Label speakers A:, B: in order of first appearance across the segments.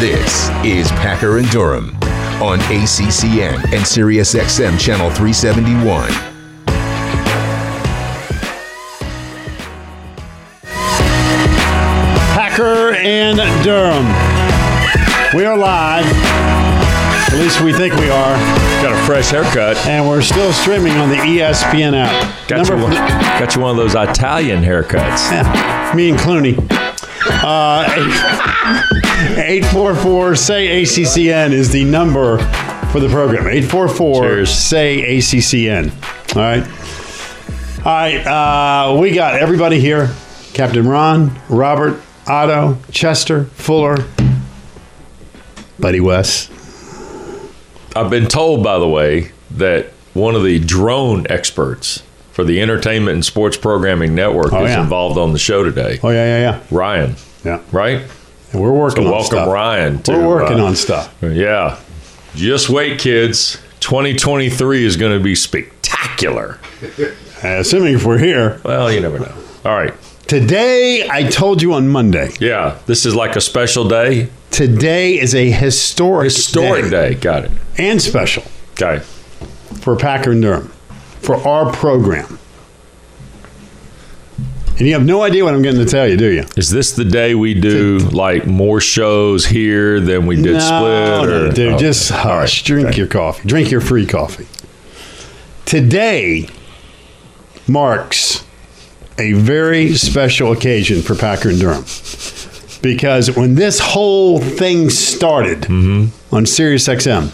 A: This is Packer and Durham on ACCN and SiriusXM Channel 371.
B: Packer and Durham. We are live. At least we think we are.
C: Got a fresh haircut.
B: And we're still streaming on the E ESPN app.
C: Got you, one, got you one of those Italian haircuts.
B: me and Clooney. Uh, 844 say ACCN is the number for the program. 844
C: Cheers.
B: say ACCN. All right. All right. Uh, we got everybody here Captain Ron, Robert, Otto, Chester, Fuller, Buddy West.
C: I've been told, by the way, that one of the drone experts for the Entertainment and Sports Programming Network
B: Oh,
C: is
B: yeah.
C: involved on the show today.
B: Oh, yeah, yeah, yeah.
C: Ryan,
B: Yeah.
C: right?
B: And we're working on
C: Welcome,
B: stuff.
C: Ryan. To,
B: We're working
C: uh,
B: on stuff.
C: Yeah. Just wait, kids. 2023 is going to be spectacular.
B: Uh, Assuming if we're here.
C: Well, you never know. All right.
B: Today, I told you on Monday.
C: Yeah. This is like a special day.
B: Today is a historic,
C: Historic day. Got it.
B: and special
C: Okay.
B: for Packer and Durham, for our program. And you have no idea what I'm going to tell you, do you?
C: Is this the day we do like more shows here than we did split?
B: no,
C: Or,
B: dude,
C: oh,
B: just
C: okay.
B: hush.
C: All right.
B: Drink your coffee. Drink your free coffee. Today marks a very special occasion for Packer and Durham because when this whole thing started
C: Mm-hmm.
B: on Sirius XM,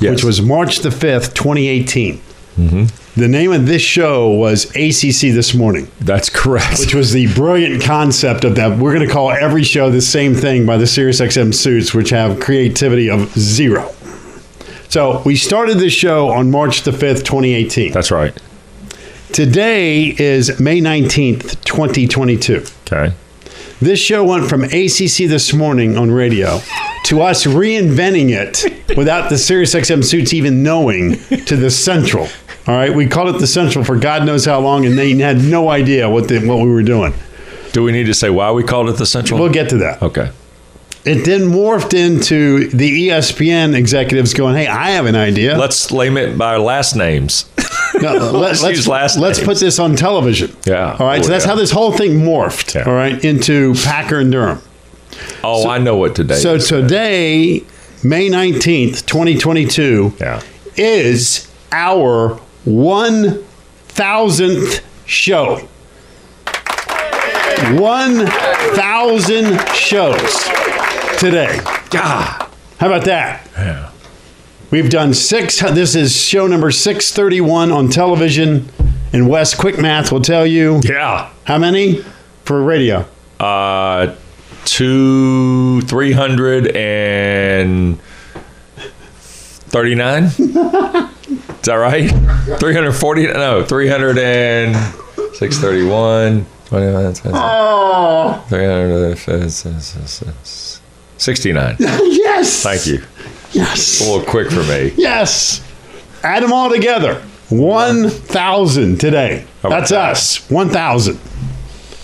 C: Yes.
B: which was March the 5th, 2018. Mm-hmm. The name of this show was ACC This Morning,
C: that's correct.
B: which was the brilliant concept of that. We're going to call every show the same thing by the SiriusXM suits, which have creativity of zero. So we started this show on March the 5th, 2018.
C: that's right.
B: Today is May 19th, 2022.
C: Okay.
B: This show went from ACC This Morning on radio to us reinventing it without the SiriusXM suits even knowing to the Central. All right, we called it the Central for God knows how long, and they had no idea what the, what we were doing.
C: Do we need to say why we called it the Central?
B: We'll get to that.
C: okay.
B: It then morphed into the E ESPN executives going, "Hey, I have an idea.
C: Let's name it by our last names.
B: No, let,
C: Let's
B: let's-
C: use last
B: let's
C: names.
B: put this on television."
C: Yeah.
B: All right, so
C: Oh,
B: that's
C: yeah.
B: how this whole thing morphed.
C: Yeah.
B: All right, into Packer and Durham.
C: Oh, I know what today
B: So
C: is.
B: today, May 19th, 2022,
C: Yeah.
B: is our 1000th show. 1000 shows today.
C: God.
B: How about that?
C: Yeah.
B: We've done six. This is show number 631 on television. And Wes, quick math will tell you
C: Yeah.
B: how many for radio?
C: Uh, two, three hundred and thirty-nine. Is that right? Three hundred forty? No, three hundred and six thirty-one. Three hundred sixty-nine.
B: Yes.
C: Thank you.
B: Yes.
C: A little quick for me.
B: Yes. Add them all together. 1,000 today.
C: Oh,
B: That's
C: wow.
B: us. 1,000.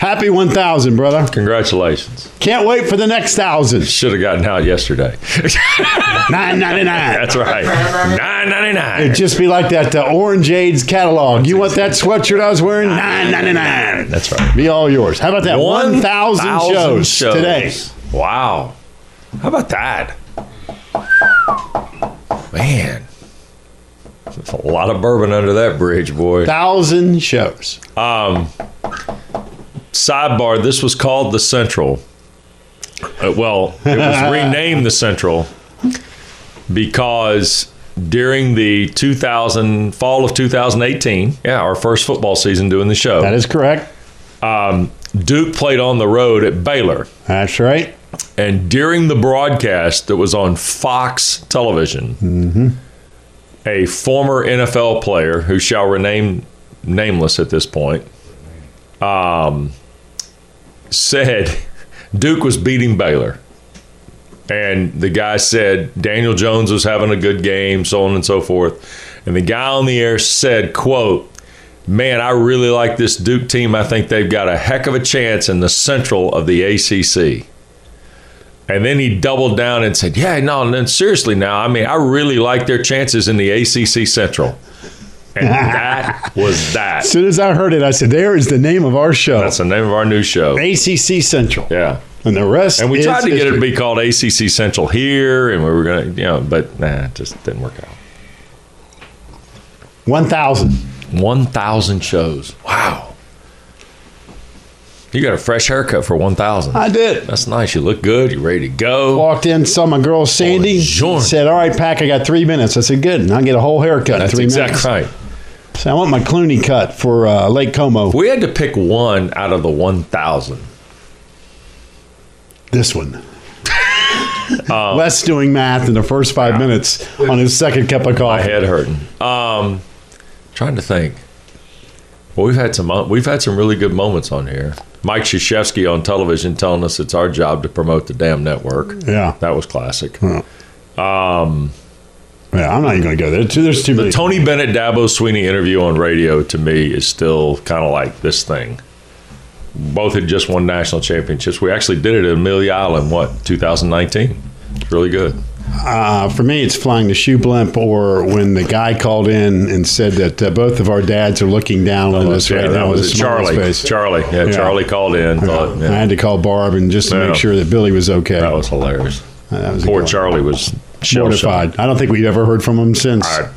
B: Happy 1,000, brother.
C: Congratulations.
B: Can't wait for the next 1,000.
C: Should have gotten out yesterday.
B: 999.
C: That's right. Nine ninety-nine.
B: It'd just be like that uh, Orange Aids catalog. You want that sweatshirt I was wearing? 999.
C: That's right.
B: Be all yours. How about that? 1,000 shows, today.
C: Wow. How about that? Man. That's a lot of bourbon under that bridge, boy.
B: 1,000 shows.
C: Sidebar, this was called the Central. Uh, well, it was renamed the Central because during the 2000 fall of 2018, yeah, our first football season doing the show.
B: That is correct.
C: Duke played on the road at Baylor.
B: That's right.
C: And during the broadcast that was on Fox television, a former NFL player who shall remain nameless at this point um, said Duke was beating Baylor. And the guy said Daniel Jones was having a good game, so on and so forth. And the guy on the air said, quote, Man, I really like this Duke team. I think they've got a heck of a chance in the central of the ACC. And then he doubled down and said, "Yeah, no, no, seriously now. I mean, I really like their chances in the ACC Central." And that was that.
B: As soon as I heard it, I said, "There is the name of our show,
C: That's the name of our new show.
B: ACC Central,"
C: Yeah.
B: and the rest.
C: And we
B: is
C: tried to get it to
B: history.
C: be called ACC Central here, and we were going to, you know, but nah, it just didn't work out.
B: one thousand.
C: 1,000 shows. Wow. You got a fresh haircut for 1,000.
B: I did.
C: That's nice. You look good. You're ready to go.
B: Walked in, saw my girl Sandy.
C: Bonjour.
B: Said, "All right, Pack, I got three minutes." I said, "Good, and I get a whole haircut
C: That's
B: in three
C: exactly
B: minutes."
C: right.
B: So I want my Clooney cut for uh, Lake Como.
C: If we had to pick one out of the 1,000,
B: This one.
C: Um,
B: Wes doing math in the first five minutes on his second cup of
C: my
B: coffee.
C: head hurting. Um, trying to think. Well, we've had some uh, we've had some really good moments on here. Mike Krzyzewski on television telling us it's our job to promote the damn network.
B: Yeah,
C: That was classic.
B: yeah. I'm not even going to go there. Too- There's too many.
C: The Tony Bennett Dabo Sweeney interview on radio to me is still kind of like this thing. Both had just won national championships. We actually did it at Amelia Island, what, 2019? It's really good.
B: Uh, for me, it's flying the shoe blimp, or when the guy called in and said that uh, both of our dads are looking down on us
C: Yeah,
B: right now
C: that
B: with
C: Oh, was
B: a
C: it.
B: smile on his
C: Charlie.
B: face.
C: Charlie. Yeah,
B: Yeah.
C: Charlie called in. Thought,
B: I
C: yeah,
B: had to call Barb and just to
C: Yeah.
B: make sure that Billy was okay.
C: that was hilarious.
B: Uh, that was a
C: Poor
B: good one.
C: Charlie was shell-shocked.
B: Mortified. I don't think we've ever heard from him since.
C: I-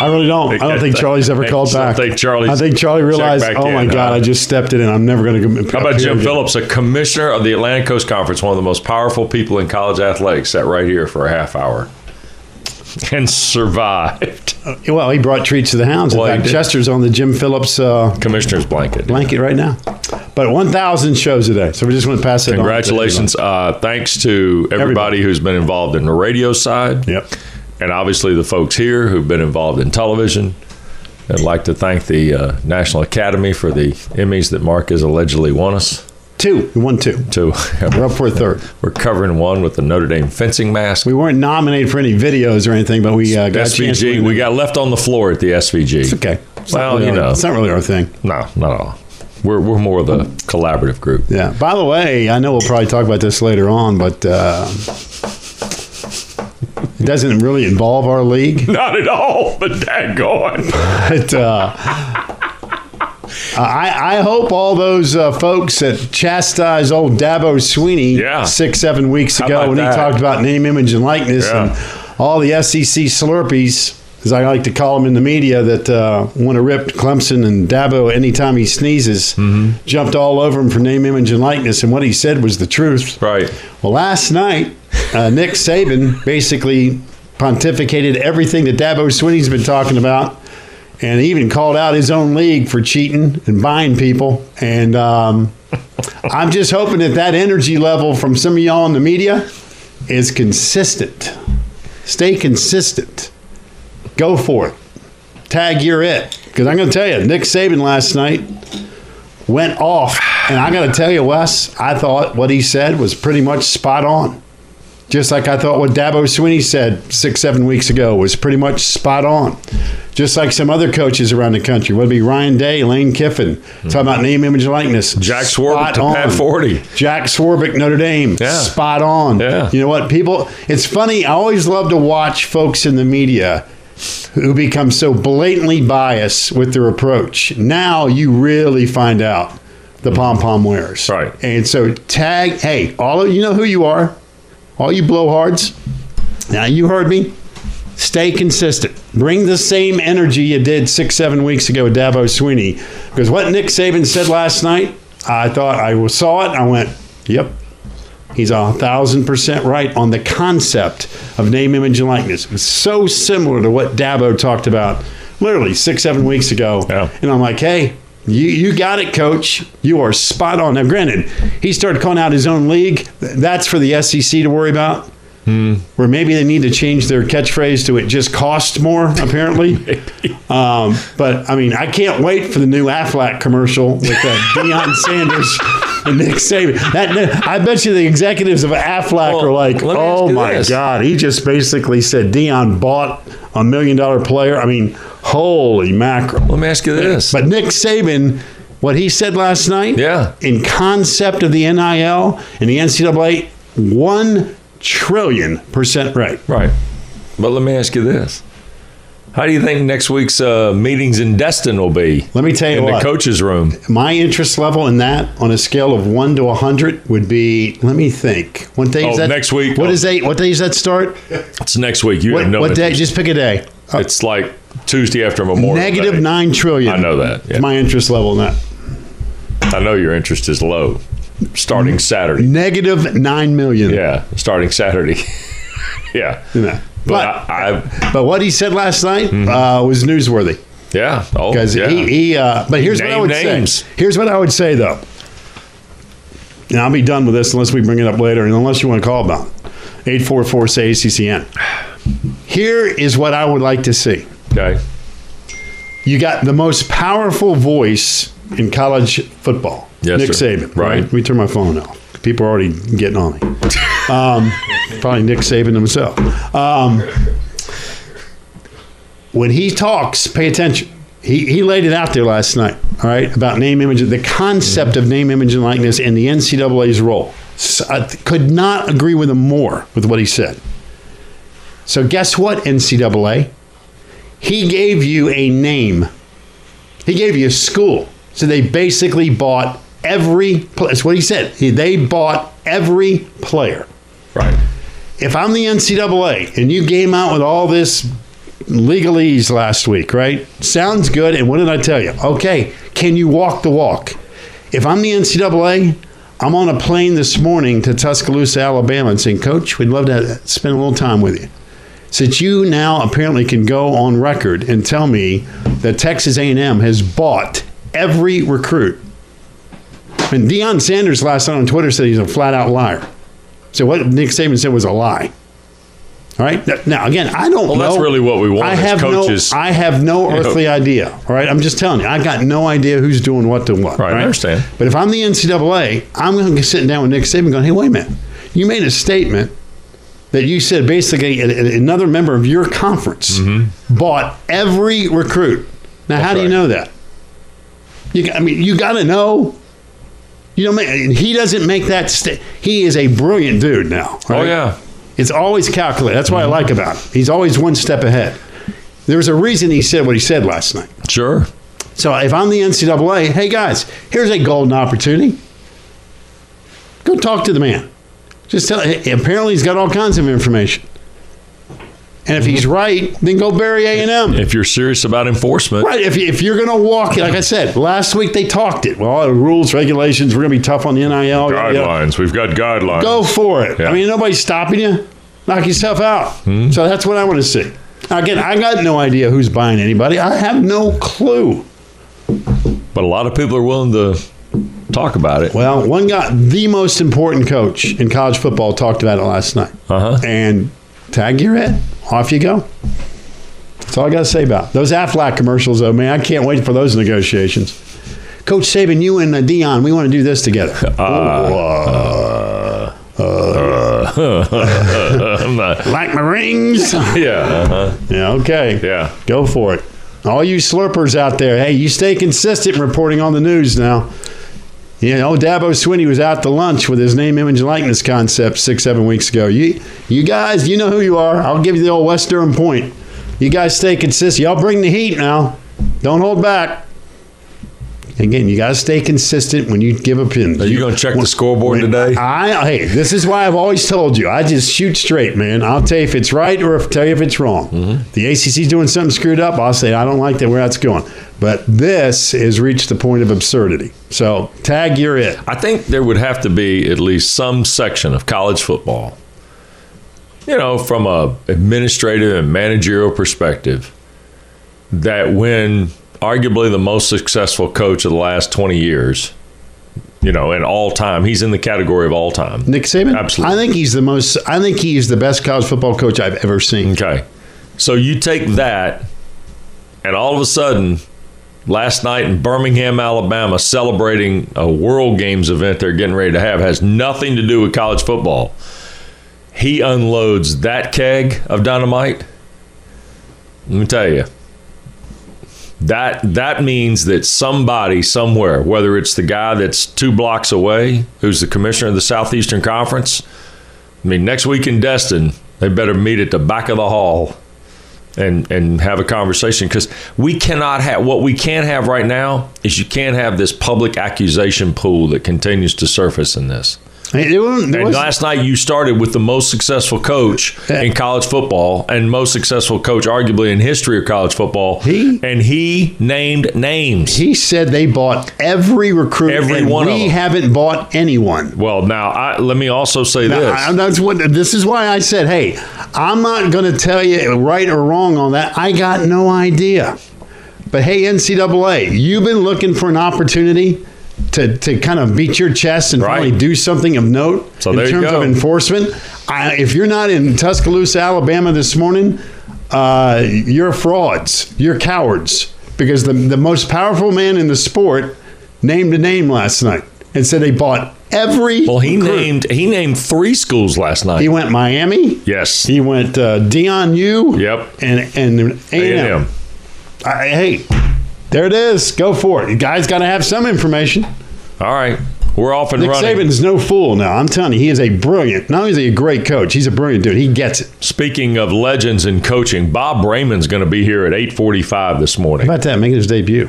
B: I really don't. I don't think Charlie's ever
C: I
B: called
C: don't
B: back.
C: think Charlie's
B: I think Charlie
C: checked
B: realized,
C: back
B: oh my
C: in,
B: God,
C: huh?
B: I just stepped it in. I'm never going to go.
C: How about Jim Phillips, a commissioner of the Atlantic Coast Conference, one of the most powerful people in college athletics, sat right here for a half hour and survived.
B: Well, he brought treats to the hounds. In
C: Well, he
B: fact,
C: did.
B: Chester's on the Jim Phillips uh,
C: Commissioner's blanket.
B: blanket right now. But 1,000 shows a day. So we just want to pass it on.
C: Congratulations. Uh, thanks to everybody,
B: Everybody.
C: who's been involved in the radio side.
B: Yep.
C: And obviously the folks here who've been involved in television. I'd like to thank the uh, National Academy for the Emmys that Mark has allegedly won us
B: Two. We won two.
C: to.
B: We're up for a third.
C: We're covering one with the Notre Dame fencing mask.
B: We weren't nominated for any videos or anything, but we uh, got a chance. to
C: SVG.
B: win.
C: We got left on the floor at the SVG.
B: It's okay. It's not
C: Well,
B: really
C: you
B: our-
C: know.
B: It's not really our thing.
C: No, not at all. We're, we're more the collaborative group.
B: Yeah. By the way, I know we'll probably talk about this later on, but uh, it doesn't really involve our league.
C: Not at all, but daggone.
B: But uh, I, I hope all those uh, folks that chastised old Dabo Sweeney
C: Yeah.
B: six, seven weeks
C: How
B: ago
C: about
B: when
C: that?
B: he talked about name, image, and likeness
C: Yeah.
B: and all the SEC slurpees. As I like to call them in the media, that uh, want to rip Clemson and Dabo anytime he sneezes,
C: Mm-hmm.
B: jumped all over him for name, image, and likeness. And what he said was the truth.
C: Right.
B: Well, last night, uh, Nick Saban basically pontificated everything that Dabo Swinney's been talking about, and even called out his own league for cheating and buying people. And um, I'm just hoping that that energy level from some of y'all in the media is consistent. Stay consistent. Go for it. Tag, you're it. Because I'm going to tell you, Nick Saban last night went off. And I got to tell you, Wes, I thought what he said was pretty much spot on. Just like I thought what Dabo Sweeney said six, seven weeks ago was pretty much spot on. Just like some other coaches around the country, whether it be Ryan Day, Lane Kiffin, talking about name, image, and likeness.
C: Jack Swarbrick to Pat Forty.
B: Jack Swarbrick, Notre Dame,
C: Yeah.
B: spot on.
C: Yeah.
B: You know what? People, it's funny. I always love to watch folks in the media who become so blatantly biased with their approach. Now you really find out the pom pom wears.
C: Right.
B: And so tag, hey, all of you know who you are, all you blowhards. Now you heard me. Stay consistent. Bring the same energy you did six, seven weeks ago with Davo Sweeney. Because what Nick Saban said last night, I thought I saw it. I went, yep, He's a thousand percent right on the concept of name, image, and likeness. It's so similar to what Dabo talked about literally six, seven weeks ago.
C: Yeah.
B: And I'm like, hey, you, you got it, coach. You are spot on. Now, granted, he started calling out his own league. Th- That's for the SEC to worry about. Where maybe they need to change their catchphrase to it just costs more, apparently. um, but I mean, I can't wait for the new Aflac commercial with uh, Deion Sanders and Nick Saban. That, I bet you the executives of Aflac
C: Well,
B: are like,
C: let me ask
B: oh
C: you
B: my
C: this."
B: God, he just basically said Dion bought a million dollar player. I mean, holy mackerel.
C: Let me ask you this.
B: But Nick Saban what he said last night
C: Yeah.
B: in concept of the NIL and the NCAA, one trillion percent right.
C: Right. But let me ask you this. How do you think next week's uh, meetings in Destin will be?
B: Let me tell you
C: in
B: what.
C: the coaches' room.
B: My interest level in that on a scale of one to hundred would be. Let me think. What day is
C: Oh,
B: that?
C: next week.
B: What
C: Oh.
B: is that? What day does that start?
C: It's next week. You
B: What,
C: have no
B: what day?
C: interest.
B: Just pick a day. Uh,
C: It's like Tuesday after Memorial
B: negative
C: Day.
B: nine trillion.
C: I know that, yeah.
B: It's my interest level in that.
C: I know your interest is low. Starting Saturday.
B: Negative nine million.
C: Yeah, starting Saturday. yeah.
B: in that.
C: But
B: But
C: I, I Mm-hmm.
B: but what he said last night uh, was newsworthy.
C: yeah. Oh,
B: because
C: yeah.
B: he, he uh, but here's what I
C: Name
B: would
C: names.
B: say. Here's what I would say though, and I'll be done with this unless we bring it up later, and unless you want to call about eight four four say ACCN. Here is what I would like to see.
C: okay.
B: You got the most powerful voice in college football,
C: Yes,
B: Nick
C: sir.
B: Saban.
C: Right.
B: Let me turn my phone off. People are already getting on me. Um, probably Nick Saban himself. Um, when he talks, pay attention. He, he laid it out there last night, all right, about name, image, the concept of name, image, and likeness and the NCAA's role. So I th- could not agree with him more with what he said. So, guess what, NCAA? He gave you a name, he gave you a school. So, they basically bought every player. That's what he said. He- They bought every player
C: Right.
B: if I'm the NCAA and you came out with all this legalese last week, right? Sounds good. And what did I tell you? Okay, can you walk the walk? If I'm the NCAA, I'm on a plane this morning to Tuscaloosa, Alabama, and saying, Coach, we'd love to spend a little time with you. Since you now apparently can go on record and tell me that Texas A&M has bought every recruit. And Deion Sanders last night on Twitter said he's a flat-out liar. So what Nick Saban said was a lie. All right. Now- Now again, I don't
C: Well,
B: know.
C: that's really what we want
B: I
C: as
B: have
C: coaches.
B: no. I have no earthly idea. All right. I'm just telling you. I got no idea who's doing what to what.
C: Right, I
B: all
C: understand.
B: But if I'm the NCAA, I'm going to be sitting down with Nick Saban, going, "Hey, wait a minute. You made a statement that you said basically a- a- another member of your conference bought every recruit. Now, how do you
C: Mm-hmm. right.
B: know that? You, I mean, you got to know. You know, man, he doesn't make that. Sta- he is a brilliant dude now.
C: Oh,
B: right?
C: yeah. Mm-hmm.
B: It's always calculated. That's what I like about him. He's always one step ahead. There was a reason he said what he said last night.
C: Sure.
B: So if I'm the NCAA, hey guys, here's a golden opportunity. Go talk to the man. Just tell. Apparently, he's got all kinds of information. And if he's right, then go bury A and M.
C: If you're serious about enforcement,
B: Right. If, if you're going to walk, it, like I said last week, they talked it. Well, rules, regulations. We're going to be tough on the NIL. yada, yada.
C: guidelines. We've got guidelines.
B: Go for it.
C: Yeah. Hmm?
B: I mean, nobody's stopping you. Knock yourself out. So that's what I want to see. Again, I got no idea who's buying anybody. I have no clue.
C: But a lot of people are willing to talk about it.
B: Well, one guy, the most important coach in college football, talked about it last night.
C: Uh-huh.
B: And tag your head. Off you go. That's all I got to say about it. those Aflac commercials, though, man. I can't wait for those negotiations. Coach Saban, you and uh, Dion, we want to do this together.
C: Uh.
B: Oh,
C: I'm not-
B: uh, like my rings.
C: yeah. Uh-huh.
B: yeah, okay.
C: Yeah.
B: Go for it. All you slurpers out there, hey, you stay consistent in reporting on the news now. You know, Dabo Swinney was out to lunch with his name, image, and likeness concept six, seven weeks ago. You, you guys, you know who you are. I'll give you the old West Durham point. You guys stay consistent. Y'all bring the heat now. Don't hold back. Again, you got to stay consistent when you give opinions.
C: Are you going to check the scoreboard today?
B: I hey, this is why I've always told you. I just shoot straight, man. I'll tell you if it's right or if, tell you if it's wrong.
C: Mm-hmm.
B: The ACC's doing something screwed up. I'll say I don't like that where that's going. But this has reached the point of absurdity. So tag, you're it.
C: I think there would have to be at least some section of college football, you know, from a administrative and managerial perspective, that when arguably the most successful coach of the last 20 years, you know, and all time, he's in the category of all time.
B: Nick Saban.
C: Absolutely.
B: I think he's the most. I think he's the best college football coach I've ever seen.
C: Okay. So you take that, and all of a sudden, last night in Birmingham, Alabama, celebrating a World Games event they're getting ready to have, has nothing to do with college football. He unloads that keg of dynamite. Let me tell you, That that means that somebody somewhere, whether it's the guy that's two blocks away, who's the commissioner of the Southeastern Conference, I mean, next week in Destin, they better meet at the back of the hall and and have a conversation because we cannot have what we can have right now is you can't have this public accusation pool that continues to surface in this.
B: Hey, there wasn't- there
C: Mm-hmm. And
B: wasn't-
C: last night you started with the most successful coach in college football and most successful coach arguably in history of college football.
B: He-
C: and he named names.
B: he said they bought every recruit,
C: Every
B: and
C: one of
B: we
C: them.
B: haven't bought anyone.
C: well, now I, let me also say
B: Now,
C: this.
B: I- that's what. This is why I said, "Hey, I'm not going to tell you right or wrong on that. I got no idea." But hey, NCAA, you've been looking for an opportunity to, to kind of beat your chest and
C: Right.
B: finally do something of note
C: So
B: in
C: there you
B: terms
C: go.
B: of enforcement. I, if you're not in Tuscaloosa, Alabama this morning, uh, you're frauds. You're cowards because the the most powerful man in the sport named a name last night and said they bought every.
C: well, he
B: recruit.
C: named he named three schools last night.
B: He went Miami.
C: yes.
B: He went uh, Dion U.
C: Yep.
B: And and A&M.
C: A&M.
B: I, hey, there it is. Go for it. You guys got to have some information.
C: All right. We're off and
B: Nick
C: running.
B: Saban is no fool now. I'm telling you, he is a brilliant. Not only is he a great coach, he's a brilliant dude. He gets it.
C: Speaking of legends and coaching, Bob Raymond's going to be here at 8:45 this morning.
B: How about that? Making his debut.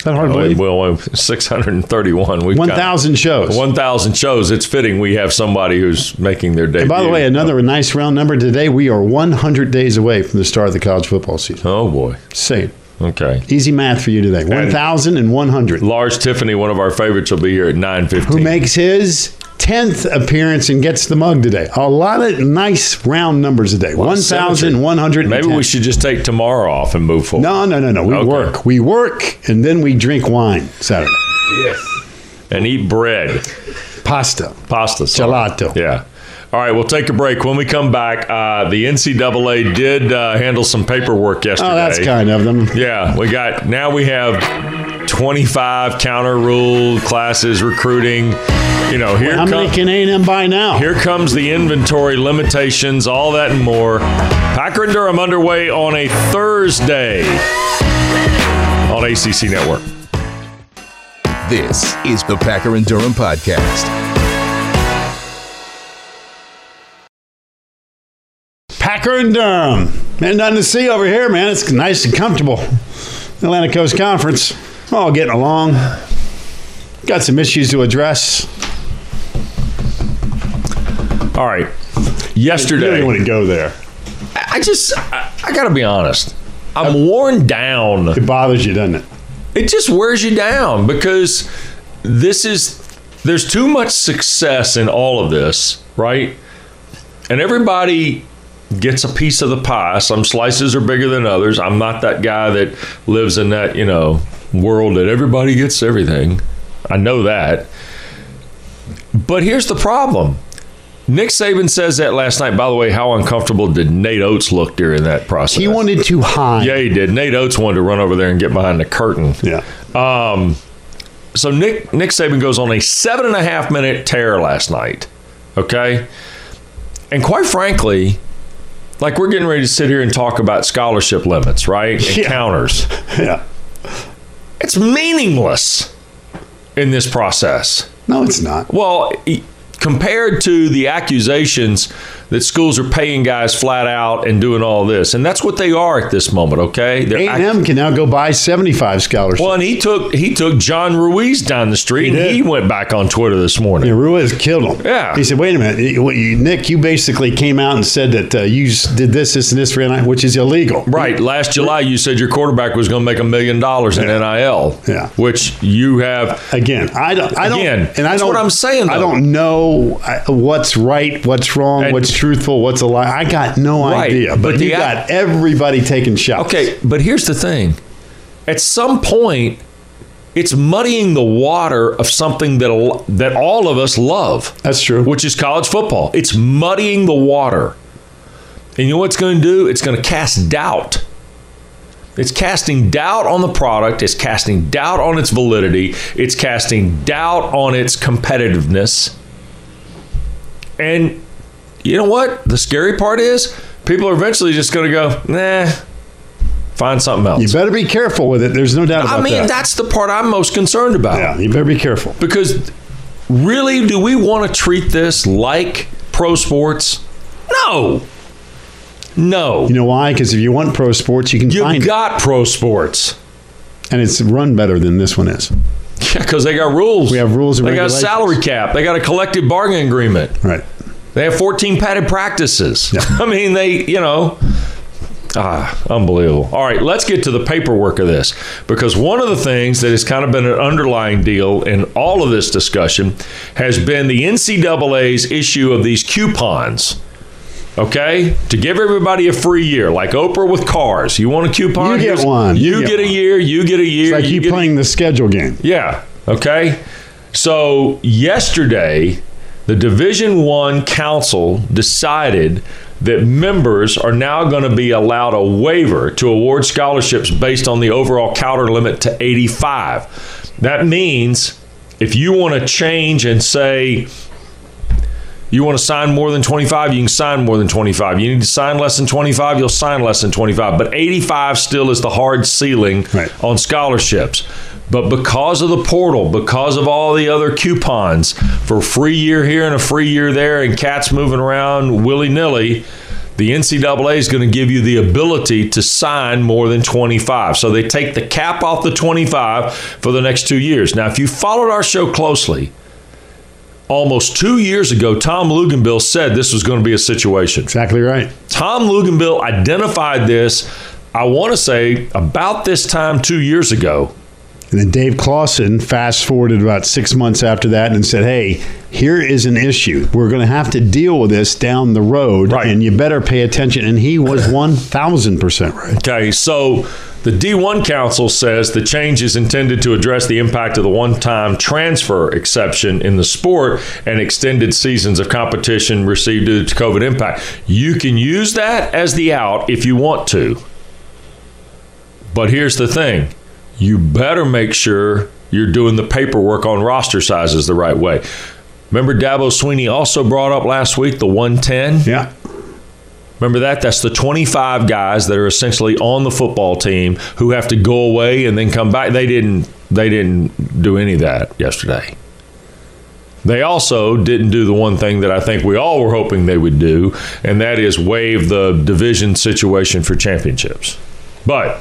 B: Is that
C: Oh,
B: hard to believe?
C: Well, 631. We've
B: One
C: got-
B: thousand shows.
C: 1,000 shows. It's fitting we have somebody who's making their debut.
B: and by the way, another nice round number today. We are 100 days away from the start of the college football season.
C: Oh boy.
B: Same.
C: Okay.
B: Easy math for you today. 1,100.
C: Lars Tiffany, one of our favorites, will be here at 9:15.
B: who makes his 10th appearance and gets the mug today. A lot of nice round numbers today. 1,110.
C: Maybe we should just take tomorrow off and move forward.
B: No, no, no, no. We
C: Okay.
B: work. We work, and then we drink wine Saturday.
C: And eat bread,
B: Pasta.
C: pasta, sorry.
B: Gelato.
C: Yeah. All right, we'll take a break. When we come back, uh, the NCAA did uh, handle some paperwork yesterday.
B: Oh, that's kind of them.
C: Yeah, we got now we have 25 counter rule classes recruiting. You know, here
B: How many
C: come-
B: can A&M buy now?
C: Here comes the inventory limitations, all that and more. Packer and Durham underway on a Thursday on ACC Network.
A: This is the Packer and Durham Podcast.
B: Packer and Durham. Man, nothing to see over here, man. It's nice and comfortable. Atlantic Coast Conference. All getting along. Got some issues to address.
C: All right.
B: You don't
C: Yesterday,
B: even want to go there.
C: I just, I, I got to be honest. I'm worn down.
B: It bothers you, doesn't it?
C: It just wears you down because this is, there's too much success in all of this, right? And everybody gets a piece of the pie. Some slices are bigger than others. I'm not that guy that lives in that, you know, world that everybody gets everything. I know that. But here's the problem. Nick Saban says that last night. By the way, how uncomfortable did Nate Oates look during that process?
B: He wanted to hide.
C: Yeah, he did. Nate Oates wanted to run over there and get behind the curtain.
B: Yeah.
C: So Nick Nick Saban goes on a seven and a half minute tear last night. Okay. And quite frankly, like we're getting ready to sit here and talk about scholarship limits, right? And
B: Yeah.
C: counters.
B: Yeah.
C: It's meaningless in this process.
B: No, it's not.
C: Well, e- compared to the accusations that schools are paying guys flat out and doing all this, and that's what they are at this moment, okay? They're
B: A and M can now go buy seventy-five scholarships.
C: Well, and he took he took John Ruiz down the street,
B: He
C: and
B: did.
C: he went back on Twitter this
B: Yeah,
C: morning.
B: Ruiz killed him.
C: Yeah.
B: He said, "Wait a minute, you- you- Nick. You basically came out and said that uh, you s- did this, this, and this for NIL, which is illegal."
C: Right. Last July, you said your quarterback was going to make a million dollars in NIL.
B: Yeah.
C: Which you have.
B: Again, I don't. I don't.
C: Again,
B: and I
C: that's
B: don't,
C: what I'm saying,
B: I
C: though.
B: don't know I- what's right, what's wrong,
C: And-
B: what's truthful, what's a lie. I got no
C: Right,
B: idea. But,
C: but
B: you
C: the
B: got
C: act-
B: everybody taking shots.
C: Okay, but here's the thing. At some point, it's muddying the water of something that al- that all of us love.
B: that's true.
C: which is college football. It's muddying the water. And you know what it's going to do? It's going to cast doubt. It's casting doubt on the product, it's casting doubt on its validity, it's casting doubt on its competitiveness. And you know what? The scary part is people are eventually just going to go, nah, Find something else.
B: You better be careful with it. There's no doubt about
C: I mean,
B: that.
C: that's the part I'm most concerned about.
B: yeah, you better be careful.
C: Because really, do we want to treat this like pro sports? No. No.
B: You know why? Because if you want pro sports, you can
C: You've
B: find
C: got pro sports.
B: it, and it's run better than this one is.
C: Yeah, because they got rules.
B: We have rules and
C: They got a
B: regulations.
C: salary cap. They got a collective bargaining agreement.
B: Right.
C: They have 14 padded practices.
B: Yeah.
C: I mean, they, you know, ah, unbelievable. All right, let's get to the paperwork of this because one of the things that has kind of been an underlying deal in all of this discussion has been the NCAA's issue of these coupons. Okay, to give everybody a free year, like Oprah with cars. You want a coupon?
B: You get
C: Here's-
B: one.
C: You,
B: You get
C: get, a
B: one.
C: year. You get a year.
B: Like you
C: get a
B: playing the schedule game.
C: yeah. Okay. So yesterday, the Division One Council decided that members are now going to be allowed a waiver to award scholarships based on the overall counter limit to 85. That means if you want to change and say you want to sign more than 25, you can sign more than 25. You need to sign less than 25, you'll sign less than 25. But 85 still is the hard ceiling
B: Right.
C: on scholarships. But because of the portal, because of all the other coupons for free year here and a free year there, and cats moving around willy nilly, the NCAA is going to give you the ability to sign more than 25. So they take the cap off the 25 for the next two years. Now, if you followed our show closely, almost two years ago, Tom Luganbill said this was going to be a situation.
B: Exactly right.
C: Tom Luganbill identified this, I want to say, about this time two years ago.
B: And then Dave Clausen fast forwarded about six months after that and said, "Hey, here is an issue. We're going to have to deal with this down the road,
C: Right.
B: and you better pay attention." And he was one thousand percent right.
C: Okay, so the D1 Council says the change is intended to address the impact of the one time transfer exception in the sport and extended seasons of competition received due to COVID impact. You can use that as the out if you want to. But here's the thing you better make sure you're doing the paperwork on roster sizes the right way. Remember, Dabo Sweeney also brought up last week the 110?
B: Yeah.
C: Remember that? That's the 25 guys that are essentially on the football team who have to go away and then come back. They didn't they didn't do any of that yesterday. They also didn't do the one thing that I think we all were hoping they would do, and that is waive the division situation for championships. But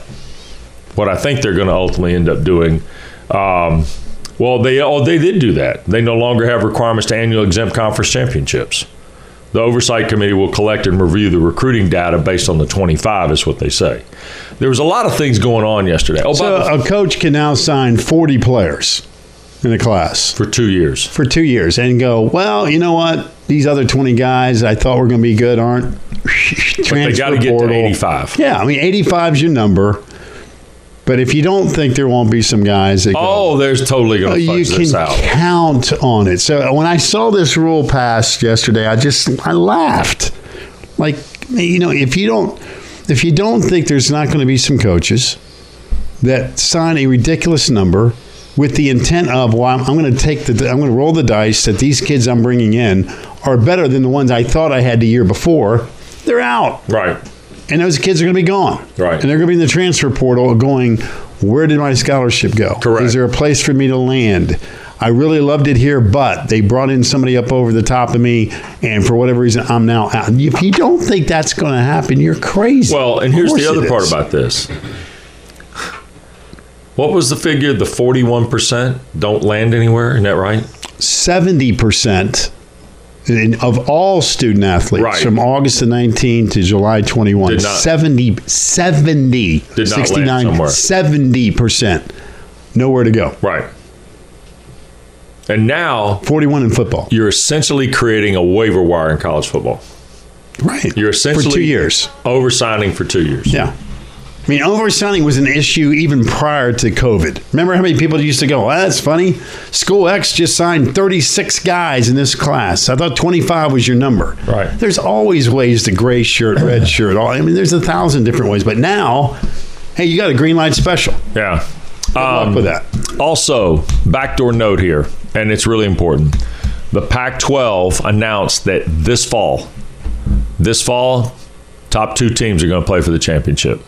C: what I think they're going to ultimately end up doing. Um, well, they oh, they did do that. They no longer have requirements to annual exempt conference championships. The oversight committee will collect and review the recruiting data based on the 25, is what they say. There was a lot of things going on yesterday. Oh, by the,
B: So uh, a coach can now sign forty players in a class.
C: for two years.
B: for two years and go, well, you know what? These other 20 guys I thought were going to be good aren't.
C: But they got to get to 85.
B: Yeah, I mean, 85's your number. But if you don't think there won't be some guys that go,
C: Oh, there's totally
B: "Oh,
C: going to
B: you
C: fudge
B: can
C: this out.
B: count on it. So uh, when I saw this rule passed yesterday, I just I laughed. Like, you know, if you don't if you don't think there's not going to be some coaches that sign a ridiculous number with the intent of, well, I'm, I'm going to take the, I'm going to roll the dice that these kids I'm bringing in are better than the ones I thought I had the year before. They're out,
C: Right.
B: and those kids are going to be gone,
C: Right.
B: And they're going to be in the transfer portal, going, where did my scholarship go?
C: Correct.
B: Is there a place for me to land? I really loved it here, but they brought in somebody up over the top of me, and for whatever reason, I'm now out. If you don't think that's going to happen, you're crazy.
C: Well,
B: Of
C: and here's
B: course
C: the other
B: it
C: part
B: is.
C: about this. What was the figure? The 41% don't land anywhere? Isn't that right?
B: seventy percent of all student athletes
C: Right.
B: from August the 19 to July 21,
C: Did not-
B: 70, 70,
C: Did not land
B: 69,
C: somewhere.
B: 70 percent, nowhere to go.
C: Right. And now
B: 41 in football,
C: you're essentially creating a waiver wire in college football.
B: right?
C: You're essentially
B: for two years.
C: oversigning for two years.
B: Yeah. I mean, oversigning was an issue even prior to COVID. Remember how many people used to go, well, that's funny. School X just signed 36 guys in this class. I thought 25 was your number.
C: Right.
B: There's always ways to gray shirt, red shirt. All, I mean, there's a thousand different ways. But now, hey, you got a green light special. Good
C: Yeah. Um,
B: luck with that.
C: Also, backdoor note here, and it's really important. The Pac 12 announced that this fall, this fall, top two teams are going to play for the championship.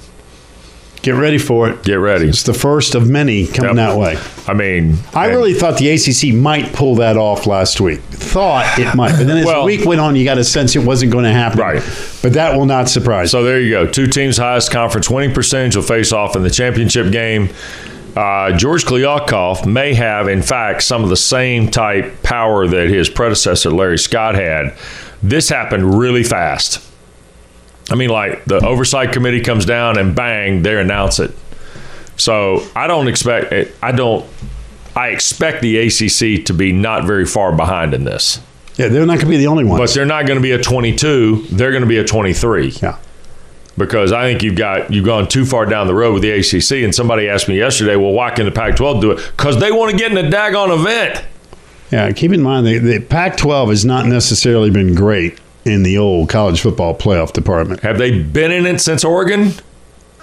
B: Get ready for it.
C: Get ready.
B: It's the first of many coming
C: Yep.
B: that way.
C: I mean,
B: I
C: and-
B: really thought the ACC might pull that off last week. Thought it might, but then as
C: Well-
B: the week went on, you got a sense it wasn't going to happen.
C: Right.
B: But that will not surprise.
C: So there you go. Two teams' highest conference winning percentage will face off in the championship game. Uh, George Kliakoff may have, in fact, some of the same type power that his predecessor Larry Scott had. This happened really fast. I mean, like the oversight committee comes down and bang, they announce it. So I don't expect. I don't. I expect the ACC to be not very far behind in this,
B: yeah, they're not going to be the only ones.
C: but they're not going to be a 22. They're going to be a 23
B: yeah.
C: because I think you've got you've gone too far down the road with the ACC. And somebody asked me yesterday, well, why can the Pac-12 do it? Because they want to get in a daggone event.
B: Yeah, keep in mind the, the Pac 12 has not necessarily been great in the old college football playoff department.
C: Have they been in it since Oregon?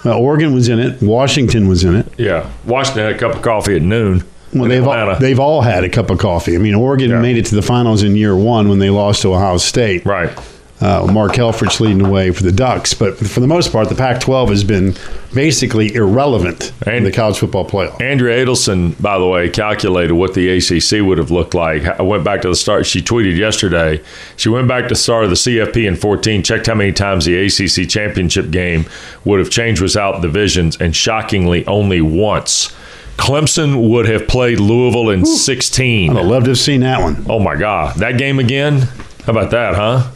B: Uh, Oregon was in it, Washington was in it.
C: Yeah, Washington had a cup of coffee at noon.
B: Well,
C: in
B: they've all,
C: Atlanta.
B: they've all had a cup of coffee. I mean, Oregon
C: Yeah.
B: made it to the finals in year one when they lost to Ohio State.
C: right.
B: Uh, Mark Helfrich leading the way for the Ducks, but for the most part, the Pac-12 has been basically irrelevant in
C: And-
B: the college football playoff.
C: Andrea Adelson, by the way, calculated what the ACC would have looked like. I went back to the start. She tweeted yesterday. She went back to the start of the CFP in 14, checked how many times the ACC championship game would have changed without divisions, and shockingly, only once. Clemson would have played Louisville in 16.
B: I'd love to have seen that one.
C: Oh my God. That game again? How about that, huh?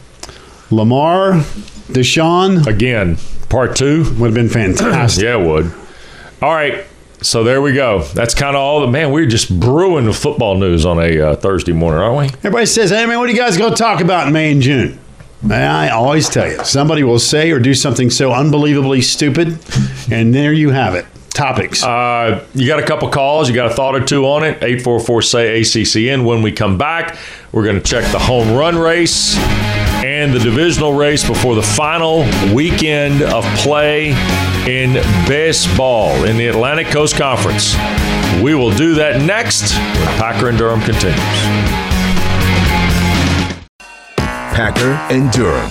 B: Lamar, Deshaun
C: Again, part two.
B: would have been fantastic.
C: Yeah, it would. All right. So there we go. That's kind of all the man. We're just brewing the football news on a uh, Thursday morning, aren't we?
B: Everybody says, "Hey man, what are you guys going to talk about in May and June?" And I always tell you, somebody will say or do something so unbelievably stupid, and there you have it. Topics.
C: Uh, you got a couple calls. You got a thought or two on it. 844 say ACCN. When we come back, we're going to check the home run race and the divisional race before the final weekend of play in baseball in the Atlantic Coast Conference. We will do that next when Packer and Durham continues.
A: Packer and Durham.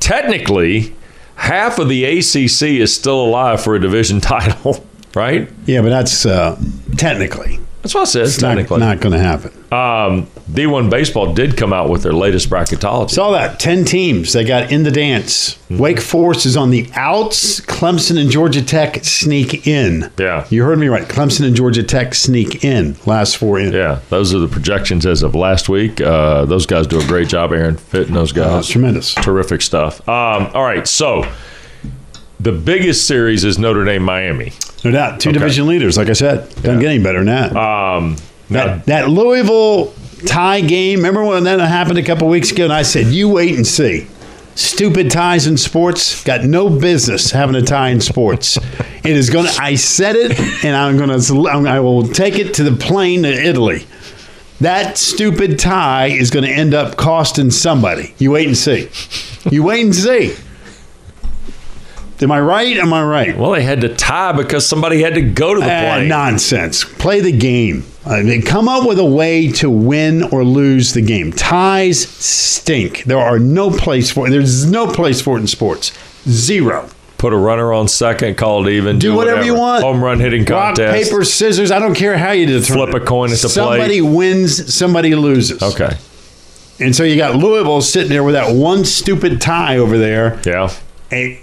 C: technically half of the ACC is still alive for a division title, right?
B: yeah, but that's uh, technically,
C: That's what I said.
B: not-
C: Technically,
B: not going to happen.
C: Um, D1 Baseball did come out with their latest bracketology.
B: Saw that. 10 teams that got in the dance.
C: Mm-hmm.
B: Wake Forest is on the outs. Clemson and Georgia Tech sneak in.
C: Yeah.
B: You heard me right. Clemson and Georgia Tech sneak in. Last four in.
C: yeah, those are the projections as of last week. Uh, those guys do a great job, Aaron Fit and those
B: Uh,
C: guys.
B: it's tremendous.
C: Terrific stuff. Um, all right, so the biggest series is Notre Dame Miami.
B: No doubt. Two division leaders, like I said. Doesn't get any better than that.
C: Um, now,
B: that. That Louisville tie game, remember when that happened a couple weeks ago? And I said, you wait and see. Stupid ties in sports got no business having a tie in sports. it is going to, I said it, and I'm going to, I will take it to the plane to Italy. That stupid tie is going to end up costing somebody. You wait and see. You wait and see. Am I right? Am I right?
C: well, they had to tie because somebody had to go to the
B: Ah,
C: plane.
B: nonsense. Play the game. I mean, come up with a way to win or lose the game. Ties stink. There are no place for it. There's no place for it in sports. Zero.
C: Put a runner on second, call it even.
B: Do whatever you want.
C: Home run hitting
B: Rock,
C: contest.
B: paper, scissors. I don't care how you determine.
C: Flip a
B: it.
C: coin at the plate.
B: Somebody wins. Somebody loses.
C: Okay.
B: And so you got Louisville sitting there with that one stupid tie over there.
C: Yeah.
B: And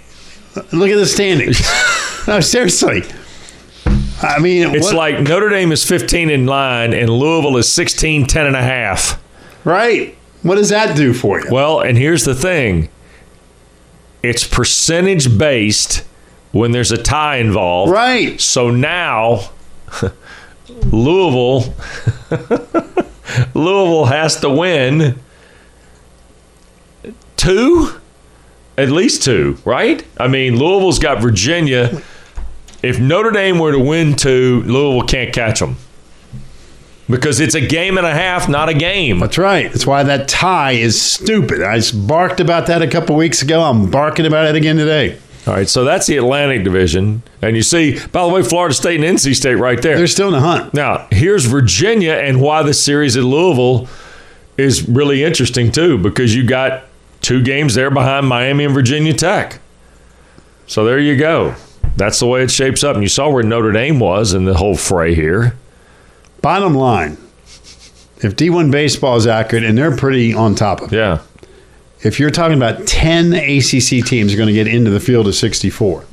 B: look at the standings. no, seriously. I mean,
C: It's
B: what-
C: like Notre Dame is 15 in line and Louisville is 16, 10 and a half.
B: right. What does that do for you?
C: Well, and here's the thing it's percentage based when there's a tie involved.
B: Right.
C: So now Louisville Louisville has to win two at least two, right? I mean, Louisville's got Virginia. If Notre Dame were to win two, Louisville can't catch them. Because it's a game and a half, not a game.
B: That's right. That's why that tie is stupid. I just barked about that a couple weeks ago. I'm barking about it again today.
C: All right, so that's the Atlantic Division. And you see, by the way, Florida State and NC State right there.
B: They're still in the hunt.
C: Now, here's Virginia and why the series at Louisville is really interesting too, because you got Two games there behind Miami and Virginia Tech. So there you go. That's the way it shapes up. And you saw where Notre Dame was in the whole fray here.
B: Bottom line, if D1 baseball is accurate, and they're pretty on top of it,
C: Yeah.
B: if you're talking about 10 ACC teams are going to get into the field of 64,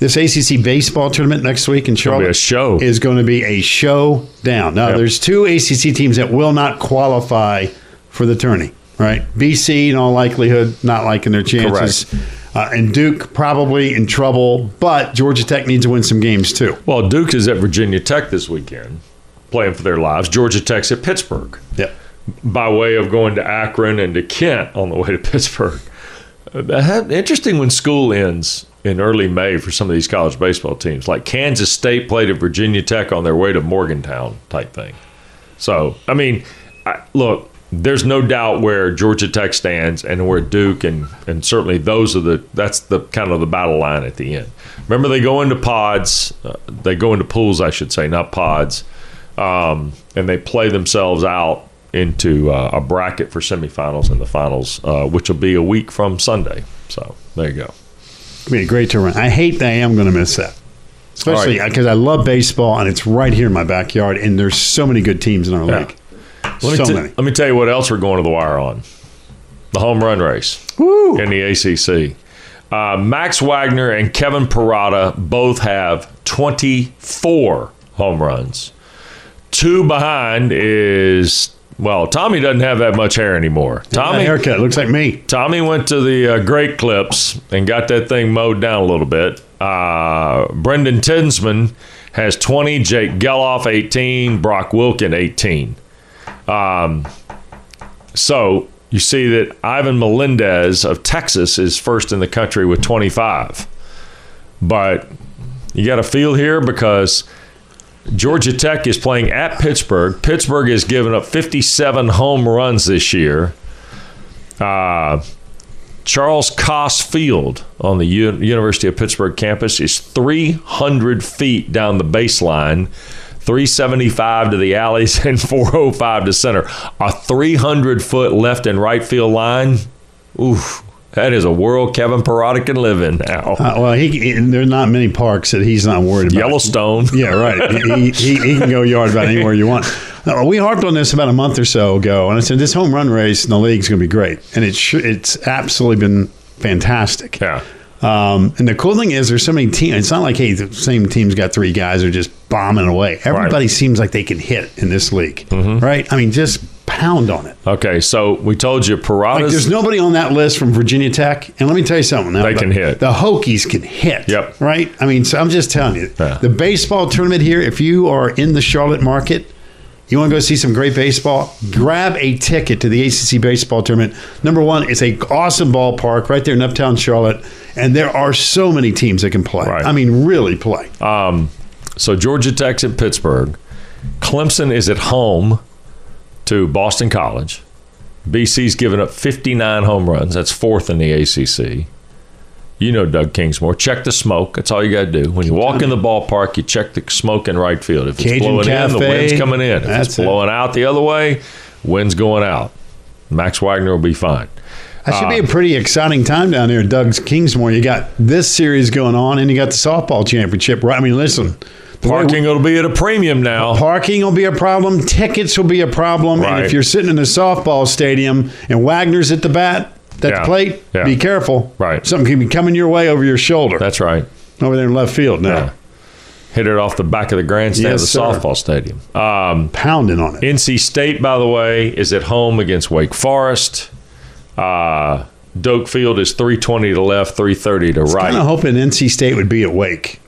B: this ACC baseball tournament next week in
C: It'll
B: Charlotte
C: be a show.
B: is going to be a showdown. Now,
C: Oh. Yep.
B: there's two ACC teams that will not qualify for the tourney, right? BC, in all likelihood, not liking their chances. Uh, and Duke probably in trouble, but Georgia Tech needs to win some games too.
C: Well, Duke is at Virginia Tech this weekend, playing for their lives. Georgia Tech's at Pittsburgh.
B: Yep.
C: by way of going to Akron and to Kent on the way to Pittsburgh. Uh, Interesting when school ends in early May for some of these college baseball teams. Like Kansas State played at Virginia Tech on their way to Morgantown type thing. So, I mean, I, look, there's no doubt where Georgia Tech stands and where Duke and and certainly those are the that's the kind of the battle line at the end. Remember, they go into pods, uh, they go into pools, I should say, not pods, um, and they play themselves out into uh, a bracket for semifinals and the finals, uh, which will be a week from Sunday. So there you go.
B: It'll be a great tournament. I hate that I am going to miss that. Especially
C: All right.
B: because I love baseball and it's right here in my backyard, and there's so many good teams in our
C: Yeah.
B: league.
C: Let me,
B: so
C: t-
B: many.
C: let me tell you what else we're going to the wire on the home run race in the ACC. Uh, Max Wagner and Kevin Parada both have 24 home runs. Two behind is, well, Tommy doesn't have that much hair anymore.
B: My
C: Tommy,
B: haircut looks like me.
C: Tommy went to the uh, Great Clips and got that thing mowed down a little bit. Uh, Brendan Tinsman has 20, Jake Geloff 18, Brock Wilkin 18. Um, so you see that Ivan Melendez of Texas is first in the country with 25. But you got a feel here because Georgia Tech is playing at Pittsburgh. Pittsburgh has given up 57 home runs this year. Uh, Charles Koss Field on the U- University of Pittsburgh campus is 300 feet down the baseline, 375 to the alleys, and 405 to center. A 300 foot left and right field line. Oof. That is a world Kevin Parada can live in now.
B: Uh, well, he, he, there are not many parks that he's not worried about.
C: Yellowstone.
B: Yeah, right. He, he, he can go yard about anywhere you want. No, we harped on this about a month or so ago, and I said this home run race in the league is going to be great, and it sure it's absolutely been fantastic.
C: Yeah.
B: Um, and the cool thing is, there's so many teams. It's not like hey, the same team's got three guys who are just bombing away. Everybody seems like they can hit in this league, right? I mean, just pound on it.
C: Okay, so we told you
B: Like,
C: Parada's.
B: there's nobody on that list from Virginia Tech, and let me tell you something. Now,
C: They
B: the-
C: can hit.
B: The Hokies can hit.
C: Yep.
B: Right. I mean, so I'm just telling you,
C: Yeah.
B: the baseball tournament here. If you are in the Charlotte market, you want to go see some great baseball. Grab a ticket to the ACC baseball tournament. Number one, it's a awesome ballpark right there in Uptown Charlotte, and there are so many teams that can play.
C: Right. Uh,
B: I mean, really play.
C: So Georgia Tech's at Pittsburgh. Clemson is at home to Boston College. BC's given up 59 home runs. That's fourth in the ACC. You know Doug Kingsmore. Check the smoke. That's all you got to do. When you walk in the ballpark, you check the smoke in right field. If it's
B: Cajun
C: blowing in,
B: Cafe.
C: the wind's coming in. If it's
B: That's it.
C: blowing out the other way, wind's going out. Max Wagner will be fine.
B: That should be
C: uh,
B: a pretty exciting time down there, at Doug's Kingsmore. You got this series going on, and you got the softball championship. Right? I mean, listen. the way
C: Parking will be at a premium now.
B: Parking will be a problem. Tickets will be a problem. And
C: Right.
B: if you're sitting in a softball stadium and Wagner's at the bat, at
C: Yeah.
B: the plate,
C: Yeah.
B: be careful.
C: Right.
B: Something can be coming your way over your shoulder.
C: That's right.
B: over there in left field now.
C: Yeah. Hit it off the back of the grandstand
B: Yes,
C: of
B: sir.
C: the softball stadium.
B: Pounding on it.
C: NC State, by the way, is at home against Wake Forest. Uh, Doak Field is 320 to left, 330 to
B: I'm
C: right.
B: kind of hoping NC State would be at Wake.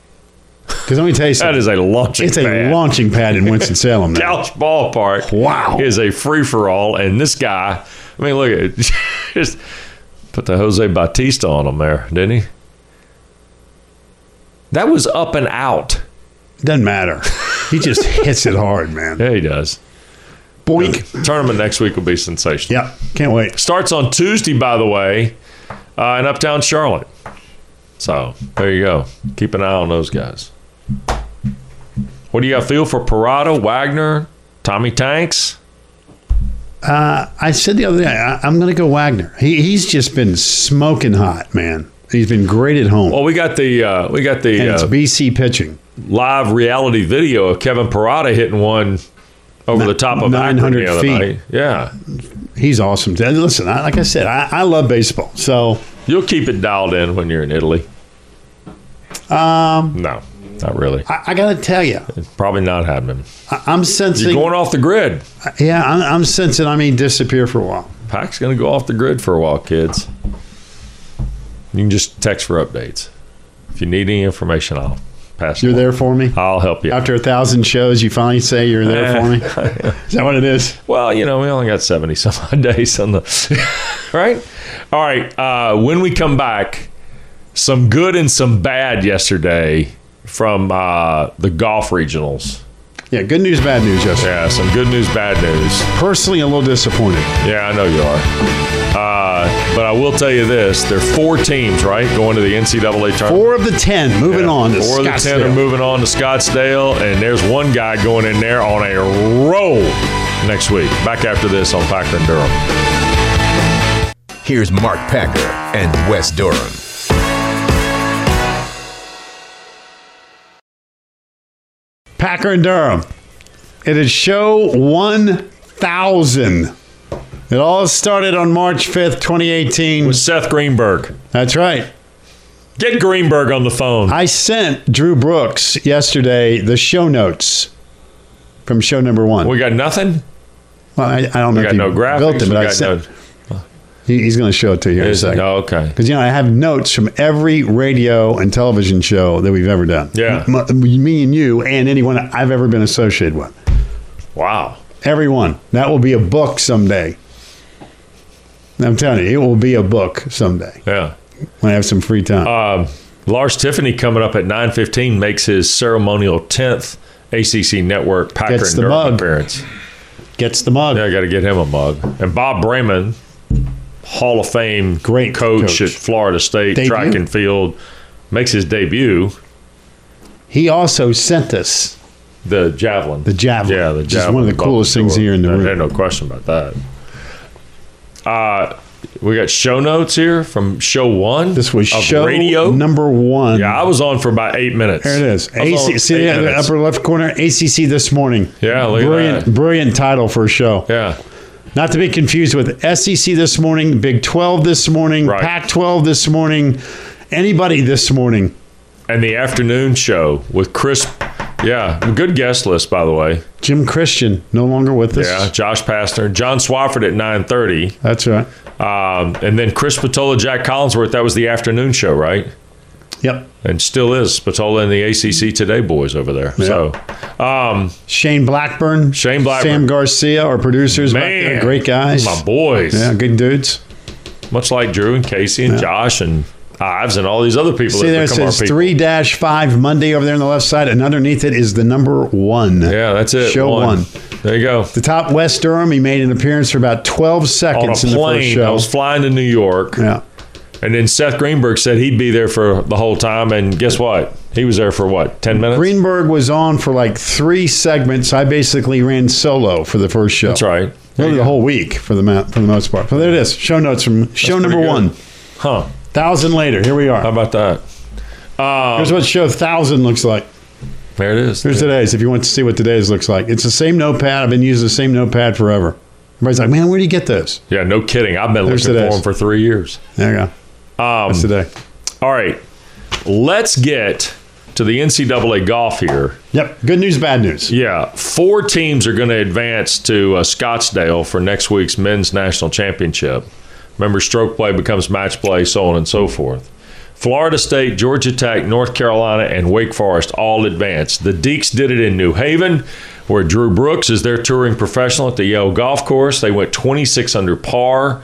B: Because let me tell you
C: that
B: something.
C: is a launching
B: it's a
C: pad.
B: launching pad in Winston-Salem now.
C: Couch ballpark.
B: Wow.
C: Is a free for all. And this guy, I mean, look at it. Just put the Jose Bautista on him there, didn't he? That was up and out.
B: Doesn't matter. He just hits it hard, man.
C: Yeah, he does.
B: Boink.
C: Tournament next week will be sensational.
B: Yep. Can't wait.
C: Starts on Tuesday, by the way, uh, in Uptown Charlotte. So there you go. Keep an eye on those guys. What do you got feel for Parada, Wagner, Tommy Tanks?
B: Uh, I said the other day, I, I'm going to go Wagner. He, he's just been smoking hot, man. He's been great at home.
C: Well, we got the uh, we got
B: and
C: the
B: it's
C: uh,
B: BC pitching.
C: live reality video of Kevin Parada hitting one over the top of Akron
B: 900
C: the other
B: feet.
C: night. Yeah,
B: He's awesome. And Listen, I, like I said, I, I love baseball. So
C: you'll keep it dialed in when you're in Italy. Um, no, not really.
B: I, I got to tell you,
C: Probably not happening.
B: I, I'm
C: You're
B: sensing.
C: going off the grid.
B: yeah, I'm, I'm sensing I may disappear for a while.
C: Pack's going to go off the grid for a while, kids. You can just text for updates. If you need any information, I'll pass. it
B: You're
C: on.
B: there for me?
C: I'll help you.
B: After a thousand shows, you finally say you're there for me? Is that what it is?
C: Well, you know, we only got 70 some odd days on the. right? All right. Uh, when we come back, some good and some bad yesterday from uh, the golf regionals.
B: Yeah, good news, bad news, Jesse.
C: Yeah, some good news, bad news.
B: Personally, a little disappointed.
C: Yeah, I know you are. Uh, but I will tell you this there are four teams, right, going to the NCAA tournament.
B: Four of the ten moving on to
C: Four of the ten are
B: Scottsdale.
C: moving on to Scottsdale, and there's one guy going in there on a roll next week. Back after this on Packer and Durham.
A: Here's Mark Packer and Wes Durham.
B: Packer and Durham. It is show 1000. It all started on March 5th, 2018.
C: Seth Greenberg.
B: That's right.
C: Get Greenberg on the phone.
B: I sent Drew Brooks yesterday the show notes from show number one.
C: We got nothing.
B: Well, I, I don't know
C: We
B: if
C: got
B: he
C: no graphics.
B: built it,
C: we
B: but I
C: got
B: sent,
C: no-
B: he, he's going to show it to you here in a
C: Is-
B: second.
C: oh, okay.
B: Because you know, I have notes from every radio and television show that we've ever done.
C: Yeah.
B: M- m- me and you, and anyone I've ever been associated with.
C: Wow.
B: Everyone. That will be a book someday. I'm telling you, it will be a book someday
C: Yeah.
B: when I have some free time.
C: Um, Lars Tiffany coming up at nine fifteen makes his ceremonial tenth ACC Network Packer
B: Gets
C: and
B: the
C: Durham
B: mug.
C: appearance.
B: Gets the mug.
C: Yeah, I got to get him a mug. And Bob Bremen, Hall of Fame,
B: Great
C: coach,
B: coach.
C: at Florida State
B: Debut.
C: track and field, makes his debut.
B: He also sent us
C: The javelin.
B: the javelin.
C: Yeah, the
B: which is one of
C: javelin
B: the coolest
C: above
B: things
C: door.
B: here in the
C: There-
B: room.
C: There's no question about that. Uh, we got show notes here from show one.
B: This was
C: of
B: show
C: radio
B: number one.
C: Yeah, I was on for about eight minutes.
B: There it is.
C: I was on
B: AC, see
C: eight
B: that in the
C: minutes.
B: upper left corner? ACC this morning.
C: Yeah, look at
B: brilliant,
C: that.
B: brilliant title for a show.
C: Yeah,
B: Not to be confused with SEC this morning, Big 12 this morning,
C: Right.
B: Pac 12 this morning, anybody this morning.
C: and the afternoon show with Chris. Yeah, good guest list by the way.
B: Jim Christian, no longer with us.
C: Yeah, Josh Pastner, John Swafford at nine thirty,
B: That's right.
C: um, and then Chris Patola, Jack Collinsworth. That was the afternoon show, right?
B: Yep.
C: And still is Patola and the ACC Today boys over there. So, um,
B: Shane Blackburn,
C: Shane Blackburn.
B: Sam Garcia, our producers. back
C: Man.
B: there. Great guys.
C: my boys.
B: Yeah, good dudes.
C: much like Drew and Casey and Josh and Ives and all these other people
B: See
C: that
B: there it
C: become our
B: says
C: people.
B: 3 5 Monday over there on the left side, and underneath it is the number one.
C: Yeah, that's it.
B: Show one.
C: There you go.
B: The top West Durham, he made an appearance for about 12
C: On a
B: seconds in the first
C: plane, I
B: show.
C: was flying to New York,
B: yeah.
C: and then Seth Greenberg said he'd be there for the whole time. And guess what? He was there for what? Ten minutes.
B: Greenberg was on for like three segments. I basically ran solo for the first show.
C: That's right. There
B: Really,
C: you
B: the
C: go.
B: whole week for the ma- for the most part. But there it is. Show notes from show number
C: pretty good.
B: one.
C: Huh?
B: Thousand later. Here we
C: How
B: are.
C: about that?
B: Here's what show thousand looks like.
C: There it is.
B: Here's today's. If you want to see what today's looks like, it's the same notepad. I've been using the same notepad forever. Everybody's like, man, where do you get those?
C: Yeah, no kidding. I've been
B: There's
C: looking
B: today's.
C: for him for three years.
B: There you go.
C: Um,
B: That's today.
C: All right, let's get to the NCAA golf here.
B: Yep. Good news, bad news.
C: Yeah, four teams are going to advance to uh, Scottsdale for next week's men's national championship. Remember, stroke play becomes match play, so on and so forth. Florida State, Georgia Tech, North Carolina, and Wake Forest all advance. The Deeks did it in New Haven, where Drew Brooks is their touring professional at the Yale Golf Course. They went 26 under par.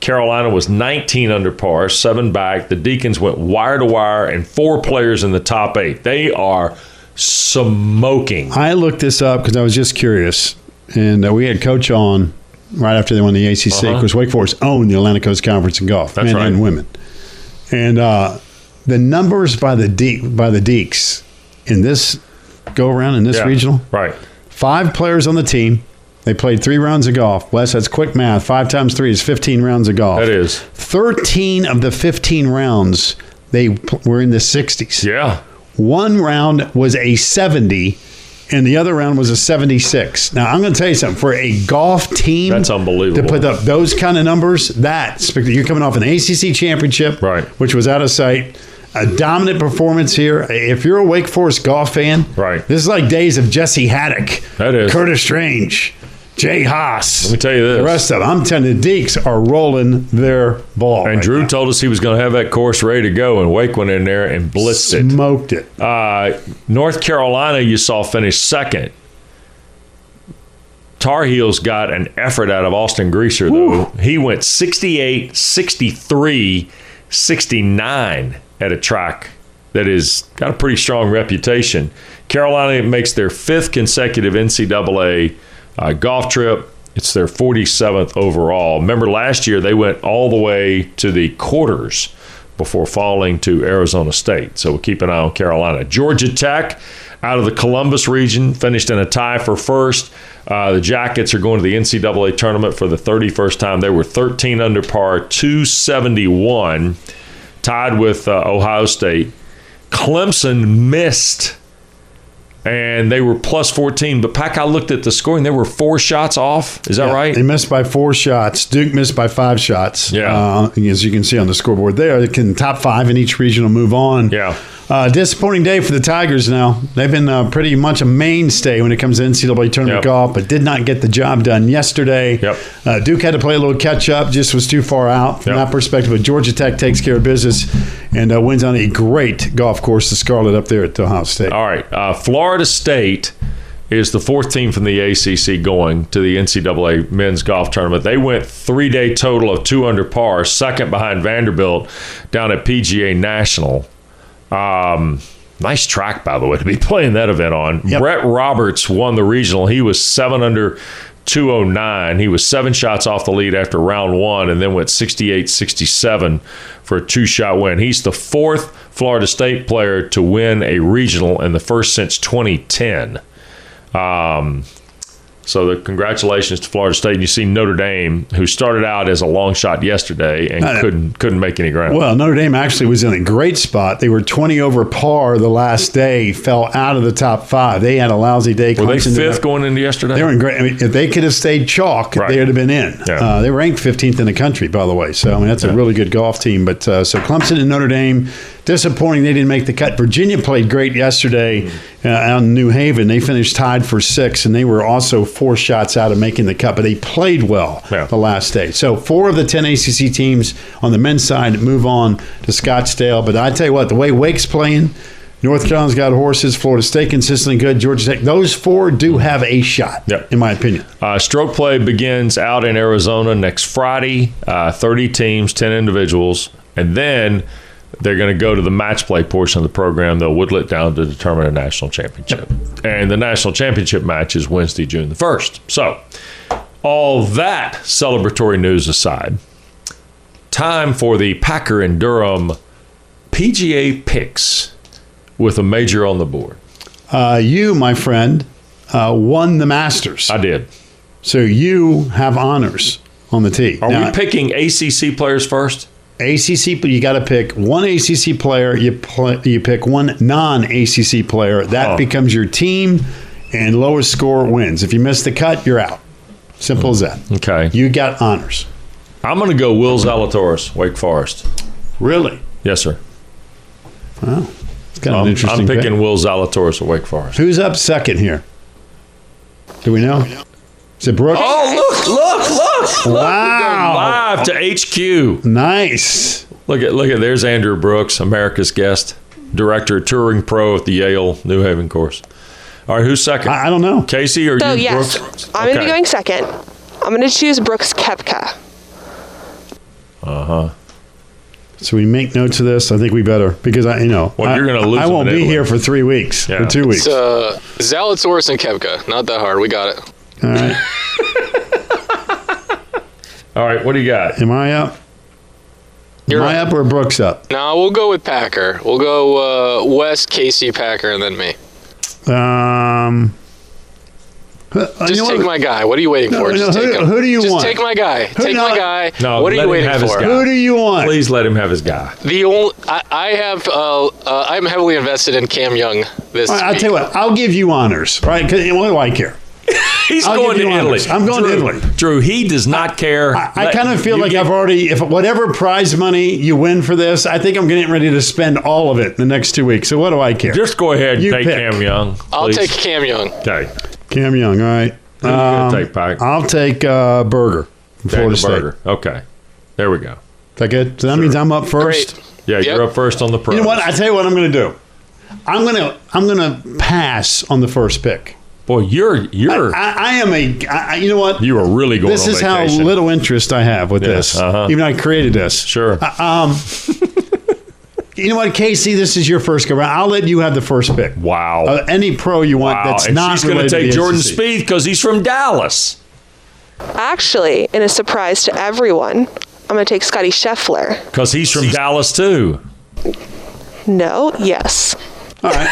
C: Carolina was 19 under par, seven back. The Deacons went wire to wire, and four players in the top eight. They are smoking.
B: I looked this up because I was just curious, and uh, we had Coach on right after they won the ACC because Wake Forest owned the Atlantic Coast Conference in golf,
C: Uh-huh. That's
B: men
C: right.
B: and women. And uh, the numbers by the de- by the Deeks in this go around in this
C: Yeah,
B: regional,
C: Right.
B: five players on the team, They played three rounds of golf. Wes, that's quick math. Five times three is 15 rounds of golf.
C: That is.
B: 13 of the 15 rounds, they pl- were in the 60s.
C: Yeah.
B: One round was a 70, and the other round was a 76. Now, I'm going to tell you something. For a golf team,
C: That's unbelievable.
B: To put up those kind of numbers, that's spect- you're coming off an ACC championship,
C: Right.
B: which was out of sight. A dominant performance here. If you're a Wake Forest golf fan,
C: Right.
B: this is like days of Jesse Haddock,
C: That is.
B: Curtis Strange, Jay Haas.
C: Let me tell you this.
B: The rest of them, I'm telling you, the Deeks are rolling their ball.
C: And
B: right
C: Drew
B: now.
C: told us he was going to have that course ready to go, and Wake went in there and blitzed it.
B: smoked it.
C: Uh, North Carolina, you saw finish second. Tar Heels got an effort out of Austin Greaser, though. He went 68, 63, 69 at a track that is got a pretty strong reputation. Carolina makes their fifth consecutive NCAA uh, golf trip. It's their 47th overall. Remember last year, they went all the way to the quarters before falling to Arizona State. So we'll keep an eye on Carolina. Georgia Tech, out of the Columbus region, finished in a tie for first. Uh, the Jackets are going to the NCAA tournament for the 31st time. They were 13 under par, 271, tied with uh, Ohio State. Clemson missed, and they were plus 14. But Pack, I looked at the scoring; they were four shots off. Is that right?
B: They missed by four shots. Duke missed by five shots.
C: Yeah.
B: Uh, as you can see on the scoreboard there, they can top five in each region will move on.
C: Yeah.
B: Uh, disappointing day for the Tigers now. They've been uh, pretty much a mainstay when it comes to NCAA tournament
C: Yep.
B: golf, but did not get the job done yesterday.
C: Yep.
B: Uh, Duke had to play a little catch up, just was too far out from
C: Yep.
B: that perspective. But Georgia Tech takes care of business and uh, wins on a great golf course, the Scarlet, up there at Ohio State.
C: All right. Uh, Florida State is the fourth team from the ACC going to the NCAA men's golf tournament. They went three day total of two under par, second behind Vanderbilt down at PGA National. Um, nice track, by the way, to be playing that event on.
B: Yep.
C: Brett Roberts won the regional. He was seven under 209. He was seven shots off the lead after round one and then went 68 67 for a two shot win. He's the fourth Florida State player to win a regional and the first since 2010. Um, so the congratulations to Florida State. And you see Notre Dame, who started out as a long shot yesterday and
B: Uh,
C: couldn't couldn't make any ground.
B: Well, Notre Dame actually was in a great spot. They were 20 over par the last day, fell out of the top five. They had a lousy day.
C: Were they
B: Clemson did
C: fifth
B: not-
C: going into yesterday?
B: They were in great. I mean, if they could have stayed chalk,
C: Right.
B: they would have been in.
C: Yeah.
B: Uh, they were ranked 15th in the country, by the way. So, I mean, that's a really good golf team. But uh, so Clemson and Notre Dame, disappointing they didn't make the cut. Virginia played great yesterday uh, out in New Haven. They finished tied for six, and they were also four shots out of making the cut. But they played well
C: Yeah.
B: the last day. So, four of the 10 ACC teams on the men's side move on to Scottsdale. But I tell you what, the way Wake's playing. North Carolina's got horses. Florida State consistently good. Georgia Tech. Those four do have a shot,
C: Yep.
B: in my opinion.
C: Uh, stroke play begins out in Arizona next Friday. Uh, 30 teams, 10 individuals, and then they're going to go to the match play portion of the program. They'll whittle it down to determine a national championship. And the national championship match is Wednesday, June the 1st. So, all that celebratory news aside, time for the Packer and Durham PGA picks with a major on the board.
B: Uh, you, my friend, uh, won the Masters,
C: I did.
B: so you have honors on the tee.
C: Are
B: Now,
C: we picking ACC players first?
B: ACC, you got to pick one ACC player. You play, you pick one non-ACC player. That
C: Huh.
B: becomes your team, and lowest score wins. If you miss the cut, you're out. Simple as that.
C: Okay.
B: You got honors.
C: I'm going to go Will Zalatoris, Wake Forest.
B: Really?
C: Yes, sir. Um,
B: It's kind of
C: I'm,
B: an
C: I'm
B: interesting.
C: picking
B: pick.
C: Will Zalatoris of Wake Forest.
B: Who's up second here? Do we know? Is it Brooke?
C: Oh, look, look, look!
B: wow!
C: Live to HQ.
B: Nice.
C: Look at look at. There's Andrew Brooks, America's guest, director, touring pro at the Yale New Haven course. All right, who's second?
B: I, I don't know.
C: Casey or
D: So
C: you,
D: yes,
C: Brooks?
D: I'm going to
C: Okay.
D: be going second. I'm going to choose Brooks Kepka.
B: So we make notes of this. I think we better because I, you know,
C: Well,
B: I-
C: you're gonna lose
B: I
C: them
B: won't
C: in
B: be
C: Italy.
B: here for three weeks
C: Yeah.
B: or two weeks.
E: It's uh, Zalatoris and Kevka. Not that hard. We got it.
B: All right,
C: All right, what do you got?
B: am I up?
E: You're
B: am I
E: up.
B: up or Brooks up?
E: Now we'll go with Packer. We'll
B: Uh,
E: go uh, West, Casey, Packer, and then me.
B: Um, Uh, you
E: Just
B: know
E: take
B: what?
E: my guy. What are you waiting for?
B: No,
E: Just
B: no,
E: take
B: who-
E: him.
B: who do you
E: Just
B: want?
E: take my guy.
B: Who
E: take
B: not-
E: my guy.
C: No,
E: what are
C: let
E: you
C: him
E: waiting
C: have his
E: for?
C: guy.
B: Who do you want?
C: Please let him have his guy.
E: The only I, I have uh, uh, I'm heavily invested in Cam Young this
B: All right, I'll
E: week.
B: tell you what. I'll give you honors, right? 'Cause what do I care?
C: He's
B: I'll
C: going
B: give you
C: to Italy.
B: honors. I'm going to
C: Drew-
B: Italy.
C: Drew, he does not care.
B: I, I
C: Let-
B: kind of feel
C: you
B: like
C: get-
B: I've already, if whatever prize money you win for this, I think I'm getting ready to spend all of it in the next two weeks. So what do I care?
C: Just go ahead and
B: You
C: take
B: pick.
C: Cam Young.
E: I'll
C: please.
E: take Cam Young.
C: Okay.
B: Cam Young, all right.
C: you gonna
B: Um,
C: take, Pac?
B: I'll take uh, Burger. from Florida
C: Daniel
B: State.
C: Berger. Okay. There we go.
B: Is that good? So that means I'm up first.
E: Great.
C: Yeah,
E: Yep.
C: you're up first on the pro.
B: You know what? I tell you what I'm going to do. I'm going to I'm going to pass on the first pick.
C: Boy, you're you're
B: I, I am a I, I- you know what?
C: you are really going.
B: this
C: on
B: is how
C: vacation.
B: little interest I have with this.
C: uh-huh.
B: Even though I created this.
C: Sure.
B: You know what, Casey? This is your first go round. I'll let you have the first pick.
C: wow.
B: Uh, any pro you want
C: wow.
B: that's
C: and
B: not
C: she's gonna
B: related to
C: take
B: the E
C: Jordan
B: SEC.
C: Speed because he's from Dallas.
D: Actually, in a surprise to everyone, I'm going to take Scotty Scheffler.
C: Because he's from Dallas too.
D: No, yes.
B: All right.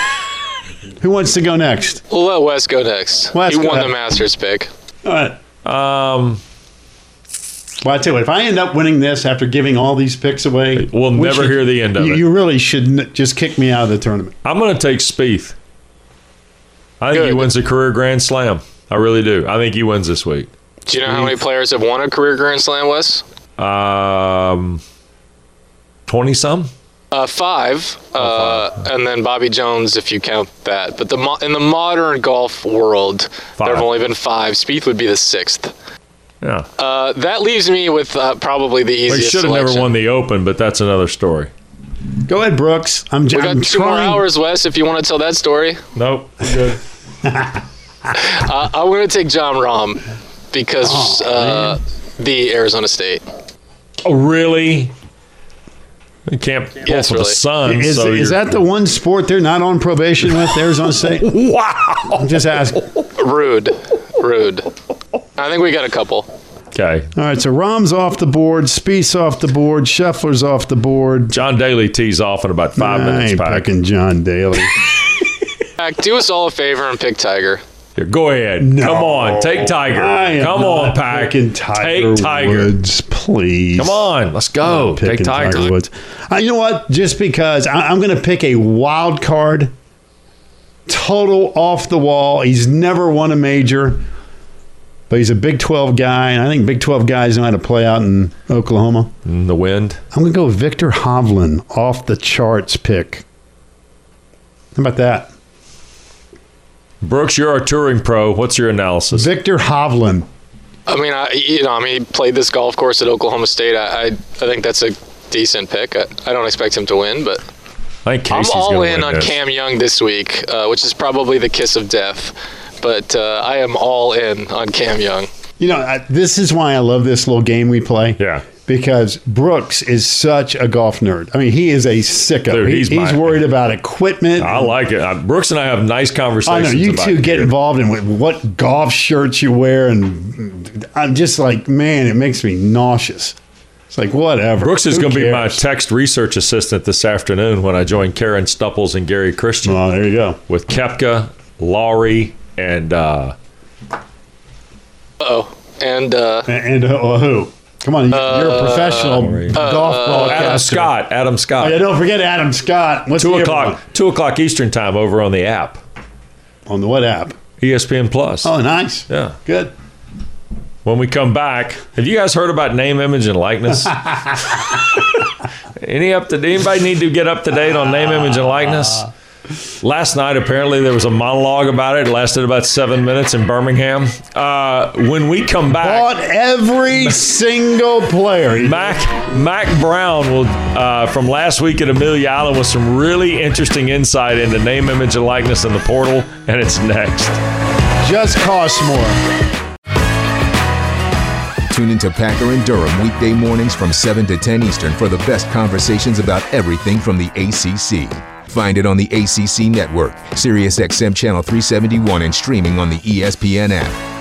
B: Who wants to go next?
E: We'll let Wes go next.
B: Wes,
E: he
B: go
E: won
B: ahead.
E: the Masters pick.
B: All right.
C: Um,
B: Well, I tell you what, if I end up winning this after giving all these picks away,
C: We'll
B: which
C: never
B: you-
C: hear the end of
B: you,
C: it.
B: You really should n- just kick me out of the tournament.
C: I'm gonna take Spieth. I think he
E: Good.
C: wins a career Grand Slam. I really do. I think he wins this week.
E: Do you know how many players have won a career Grand Slam, Wes?
C: Um, twenty some.
E: Uh, five,
C: Oh,
E: uh, and then Bobby Jones, if you count that. But the mo- in the modern golf world, there
C: Five.
E: have only been five. Spieth would be the sixth.
C: Yeah.
E: Uh, that leaves me with uh, probably the
C: Well, he
E: easiest.
C: should have never
E: selection.
C: won the Open, but that's another story.
B: Go ahead, Brooks. I'm, j-
E: We got
B: I'm
E: two more
B: trying.
E: hours, Wes, if you want to tell that story.
C: Nope. we're Good.
E: Uh, I'm going to take John Rahm because uh, the Arizona State.
C: oh, really? You can't pull
E: Yes,
C: for the
E: really.
C: sun.
B: Is,
C: so
B: is
C: you're-
B: that the one sport they're not on probation with? Arizona State.
C: Wow.
B: I'm just asking. All
E: Rude. Rude. I think we got a couple.
C: Okay.
B: right, so Rom's off the board, Spieth's off the board, Scheffler's off the board.
C: John Daly tees off in about five
B: I
C: minutes.
B: ain't
C: Pack.
B: picking John Daly.
E: Mac, do us all a favor and pick Tiger.
C: Here, Go ahead. Come on. Take Tiger.
B: I am
C: Come on,
B: not
C: Pack.
B: picking Tiger
C: Take Tiger.
B: Woods, please.
C: Come on. Let's go. Take
B: Picking
C: Tiger.
B: Tiger. Woods. Uh, you know what? Just because I, I'm going to pick a wild card, total off the wall. He's never won a major, but he's a Big 12 guy, and I think Big 12 guys know how to play out in Oklahoma.
C: In the wind.
B: I'm going to go Victor Hovland off the charts pick. How about that?
C: Brooks, you're our touring pro. What's your analysis?
B: Victor Hovland.
E: I mean, I, you know, I mean, he played this golf course at Oklahoma State. I, I, I think that's a decent pick. I, I don't expect him to win, but
C: I think Casey's
E: I'm all
C: gonna
E: in
C: win
E: on
C: this.
E: Cam Young this week, uh, which is probably the kiss of death. But uh, I am all in on Cam Young.
B: You know, I, this is why I love this little game we play.
C: Yeah.
B: Because Brooks is such a golf nerd. I mean, he is a sicko.
C: Dude,
B: He-
C: he's
B: he's
C: my-
B: worried about equipment.
C: I like it. Uh, Brooks and I have nice
B: I know
C: conversations.
B: you
C: about
B: two
C: it
B: get
C: here.
B: involved in what, what golf shirts you wear, and I'm just like, man, it makes me nauseous. It's like whatever.
C: Brooks is
B: Who
C: going to be my
B: cares?
C: text research assistant this afternoon when I join Karen Stupples and Gary Christian
B: Oh, there you go.
C: with Kepka, Laurie, and uh,
E: Uh-oh. And uh,
B: And, and uh, who? Come on, you, you're a professional golf
C: Adam
B: broadcaster.
C: Scott. Adam
B: Oh,
C: Scott.
B: yeah, don't forget Adam Scott. What's
C: two
B: the other
C: o'clock. Two o'clock Eastern time over on the app, E
B: one? on the what app?
C: ESPN Plus.
B: Oh, nice.
C: Yeah.
B: Good.
C: When we come back, have you guys heard about name, image, and likeness? Any up to anybody need to get up to date on name, image, and likeness? Last night, apparently, there was a monologue about it. It lasted about seven minutes in Birmingham. Uh, when we come back,
B: Bought every single player.
C: Mac Mac Brown will uh, from last week at Amelia Island with some really interesting insight into name, image, and likeness in the portal, and it's next.
B: Just costs more.
A: Tune into Packer and Durham weekday mornings from 7 to 10 Eastern for the best conversations about everything from the ACC. Find it on E the ACC network, SiriusXM Channel 371, and streaming on the ESPN app.